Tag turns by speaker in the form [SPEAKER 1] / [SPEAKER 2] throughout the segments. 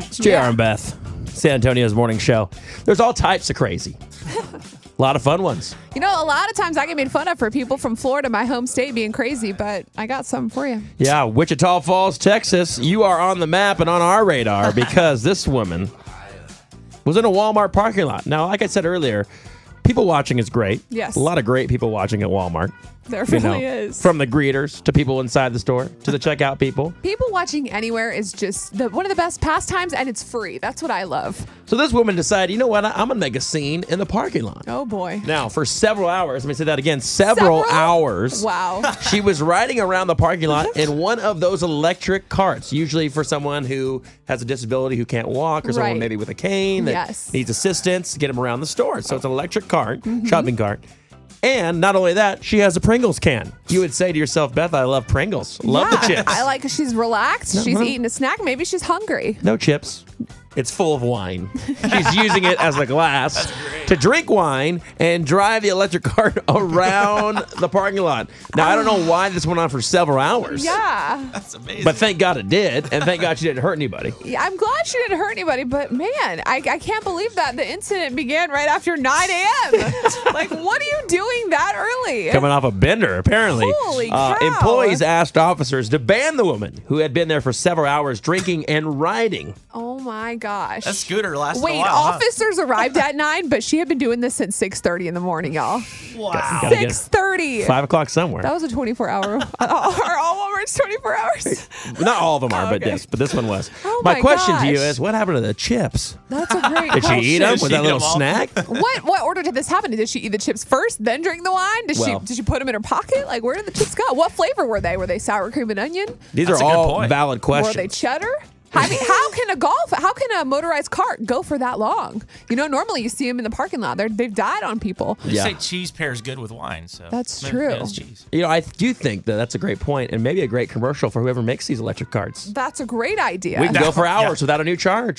[SPEAKER 1] It's JR and Beth, San Antonio's morning show. There's all types of crazy. A lot of fun ones.
[SPEAKER 2] You know, a lot of times I get made fun of for people from Florida, my home state, being crazy, but I got something for you.
[SPEAKER 1] Yeah, Wichita Falls, Texas. You are on the map and on our radar because this woman was in a Walmart parking lot. Now, like I said earlier, people watching is great.
[SPEAKER 2] Yes.
[SPEAKER 1] A lot of great people watching at Walmart.
[SPEAKER 2] There
[SPEAKER 1] You
[SPEAKER 2] really
[SPEAKER 1] know,
[SPEAKER 2] is.
[SPEAKER 1] From the greeters to people inside the store to the checkout people.
[SPEAKER 2] people watching anywhere is just the, one of the best pastimes, and it's free. That's what I love.
[SPEAKER 1] So this woman decided, you know what? I- I'm going to make a scene in the parking lot.
[SPEAKER 2] Oh boy.
[SPEAKER 1] Now, for several hours, let me say that again several,
[SPEAKER 2] Several?
[SPEAKER 1] hours.
[SPEAKER 2] Wow.
[SPEAKER 1] She was riding around the parking lot in one of those electric carts, usually for someone who has a disability who can't walk or someone
[SPEAKER 2] Right.
[SPEAKER 1] maybe with a cane that
[SPEAKER 2] Yes. Mm-hmm.
[SPEAKER 1] needs assistance to get them around the store. So it's an electric cart, shopping cart. And not only that, she has a Pringles can. You would say to yourself, Beth, I love Pringles. Love
[SPEAKER 2] Yeah,
[SPEAKER 1] the chips. uh-huh.
[SPEAKER 2] I like she's relaxed. she's
[SPEAKER 1] no.
[SPEAKER 2] eating a snack. Maybe she's hungry.
[SPEAKER 1] no chips. It's full of wine. She's using it as a glass to drink wine and drive the electric cart around the parking lot. Now, I don't know why this went on for several hours.
[SPEAKER 2] Yeah.
[SPEAKER 3] That's amazing.
[SPEAKER 1] But thank God it did, and thank God she didn't hurt anybody.
[SPEAKER 2] Yeah, I'm glad she didn't hurt anybody, but man, I, I can't believe that the incident began right after 9 a.m. like, what are you doing that early?
[SPEAKER 1] Coming off a bender, apparently.
[SPEAKER 2] Holy
[SPEAKER 1] Uh,
[SPEAKER 2] cow.
[SPEAKER 1] employees asked officers to ban the woman who had been there for several hours drinking and riding.
[SPEAKER 2] Oh my gosh.
[SPEAKER 3] that scooter lasted
[SPEAKER 2] Wait,
[SPEAKER 3] a while. huh?
[SPEAKER 2] officers arrived at 9, but she had been doing this since 6.30 in the morning, y'all.
[SPEAKER 3] Wow.
[SPEAKER 1] Gotta get
[SPEAKER 2] 6.30.
[SPEAKER 1] five o'clock somewhere.
[SPEAKER 2] That was a 24 hour. are all Walmart's 24 hours?
[SPEAKER 1] Not all of them are,
[SPEAKER 2] Oh,
[SPEAKER 1] but
[SPEAKER 2] okay.
[SPEAKER 1] this, but this one was.
[SPEAKER 2] Oh my
[SPEAKER 1] question to you
[SPEAKER 2] gosh. Oh,
[SPEAKER 1] is, what happened to the chips?
[SPEAKER 2] That's a great
[SPEAKER 1] Did she
[SPEAKER 2] question.
[SPEAKER 1] eat them? Was
[SPEAKER 3] She
[SPEAKER 1] that
[SPEAKER 3] ate
[SPEAKER 1] a little
[SPEAKER 3] them all.
[SPEAKER 1] snack?
[SPEAKER 2] What what order did this happen? in? Did she eat the chips first, then drink the wine? Did
[SPEAKER 1] Well-
[SPEAKER 2] she did she put them in her pocket? Like where did the chips go? What flavor were they? Were they sour cream and onion?
[SPEAKER 1] These
[SPEAKER 3] That's
[SPEAKER 1] are
[SPEAKER 3] a good
[SPEAKER 1] all
[SPEAKER 3] point.
[SPEAKER 1] valid
[SPEAKER 2] Were they
[SPEAKER 1] questions.
[SPEAKER 2] cheddar? I mean, how can a golf, how can a motorized cart go for that long? You know, normally you see them in the parking lot. They're, they've died on people.
[SPEAKER 3] They
[SPEAKER 1] Yeah.
[SPEAKER 3] say cheese pairs good with wine, so
[SPEAKER 2] That's
[SPEAKER 3] maybe
[SPEAKER 2] true.
[SPEAKER 3] It's cheese.
[SPEAKER 1] you know, I do think that that's a great point, and maybe a great commercial for whoever makes these electric carts.
[SPEAKER 2] That's a great idea.
[SPEAKER 1] We can go for hours
[SPEAKER 3] Yeah.
[SPEAKER 1] without a new charge.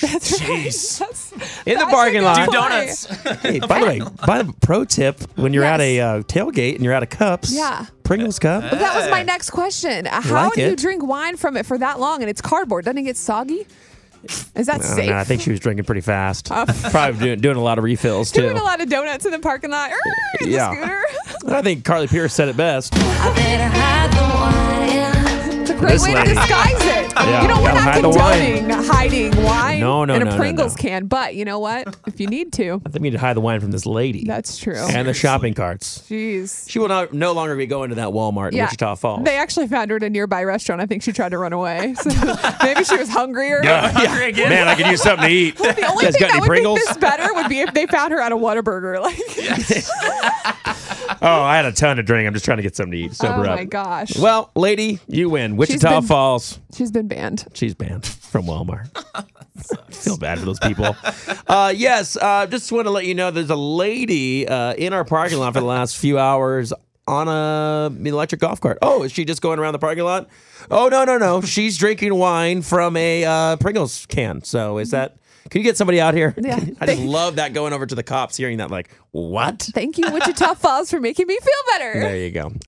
[SPEAKER 3] Jeez.
[SPEAKER 2] That's-
[SPEAKER 1] In the
[SPEAKER 2] that's a
[SPEAKER 1] parking
[SPEAKER 2] good
[SPEAKER 1] lot.
[SPEAKER 2] point.
[SPEAKER 1] Do
[SPEAKER 3] Donuts.
[SPEAKER 1] Hey, by the way, by the pro tip, when you're at a uh, tailgate and you're out of cups,
[SPEAKER 2] Yeah.
[SPEAKER 1] Pringles cup.
[SPEAKER 2] But that was my next question. Uh, How
[SPEAKER 1] like
[SPEAKER 2] do you
[SPEAKER 1] it.
[SPEAKER 2] drink wine from it for that long and it's cardboard? Doesn't it get soggy? Is that
[SPEAKER 1] I don't
[SPEAKER 2] safe? Oh.
[SPEAKER 1] know. Uh, I think she was drinking pretty fast. Probably doing, doing a lot of refills too.
[SPEAKER 2] Doing a lot of donuts in the parking lot. Err, in the
[SPEAKER 1] Yeah.
[SPEAKER 2] scooter.
[SPEAKER 1] I think Carly Pierce said it best.
[SPEAKER 4] Better hide the wine.
[SPEAKER 2] It's a great
[SPEAKER 1] This
[SPEAKER 2] way
[SPEAKER 1] lady.
[SPEAKER 2] to disguise it.
[SPEAKER 1] Yeah.
[SPEAKER 2] You know, we're
[SPEAKER 1] Gotta
[SPEAKER 2] not
[SPEAKER 1] hide the
[SPEAKER 2] condoning hiding wine
[SPEAKER 1] No, no,
[SPEAKER 2] in a
[SPEAKER 1] no, no,
[SPEAKER 2] Pringles
[SPEAKER 1] no.
[SPEAKER 2] can, but you know what? If you need to,
[SPEAKER 1] I think we need to hide the wine from this lady.
[SPEAKER 2] that's true.
[SPEAKER 1] and the shopping carts.
[SPEAKER 2] Jeez.
[SPEAKER 1] She will not, no longer be going to that Walmart in Wichita Falls.
[SPEAKER 2] They actually found her at a nearby restaurant. I think she tried to run away. So maybe she was hungrier.
[SPEAKER 3] Hungry again?
[SPEAKER 1] Man, I could use something to eat.
[SPEAKER 2] The only
[SPEAKER 1] You guys got
[SPEAKER 2] thing that
[SPEAKER 1] any
[SPEAKER 2] would
[SPEAKER 1] Pringles?
[SPEAKER 2] make this better would be if they found her at a Whataburger. Like,
[SPEAKER 1] Oh, I had a ton to drink. I'm just trying to get something to eat.
[SPEAKER 2] oh
[SPEAKER 1] Sober up.
[SPEAKER 2] my gosh.
[SPEAKER 1] Well, lady, you win. Wichita
[SPEAKER 2] been-
[SPEAKER 1] Falls.
[SPEAKER 2] She's been banned.
[SPEAKER 1] She's banned from Walmart. Feel bad for those people. Uh, yes, uh, just want to let you know there's a lady uh, in our parking lot for the last few hours on a an electric golf cart. Oh, is she just going around the parking lot? Oh no no no, she's drinking wine from a uh, Pringles can. So is that? Can you get somebody out here?
[SPEAKER 2] Yeah.
[SPEAKER 1] I just love that going over to the cops, hearing that like what?
[SPEAKER 2] Thank you, Wichita Falls, for making me feel better.
[SPEAKER 1] There you go.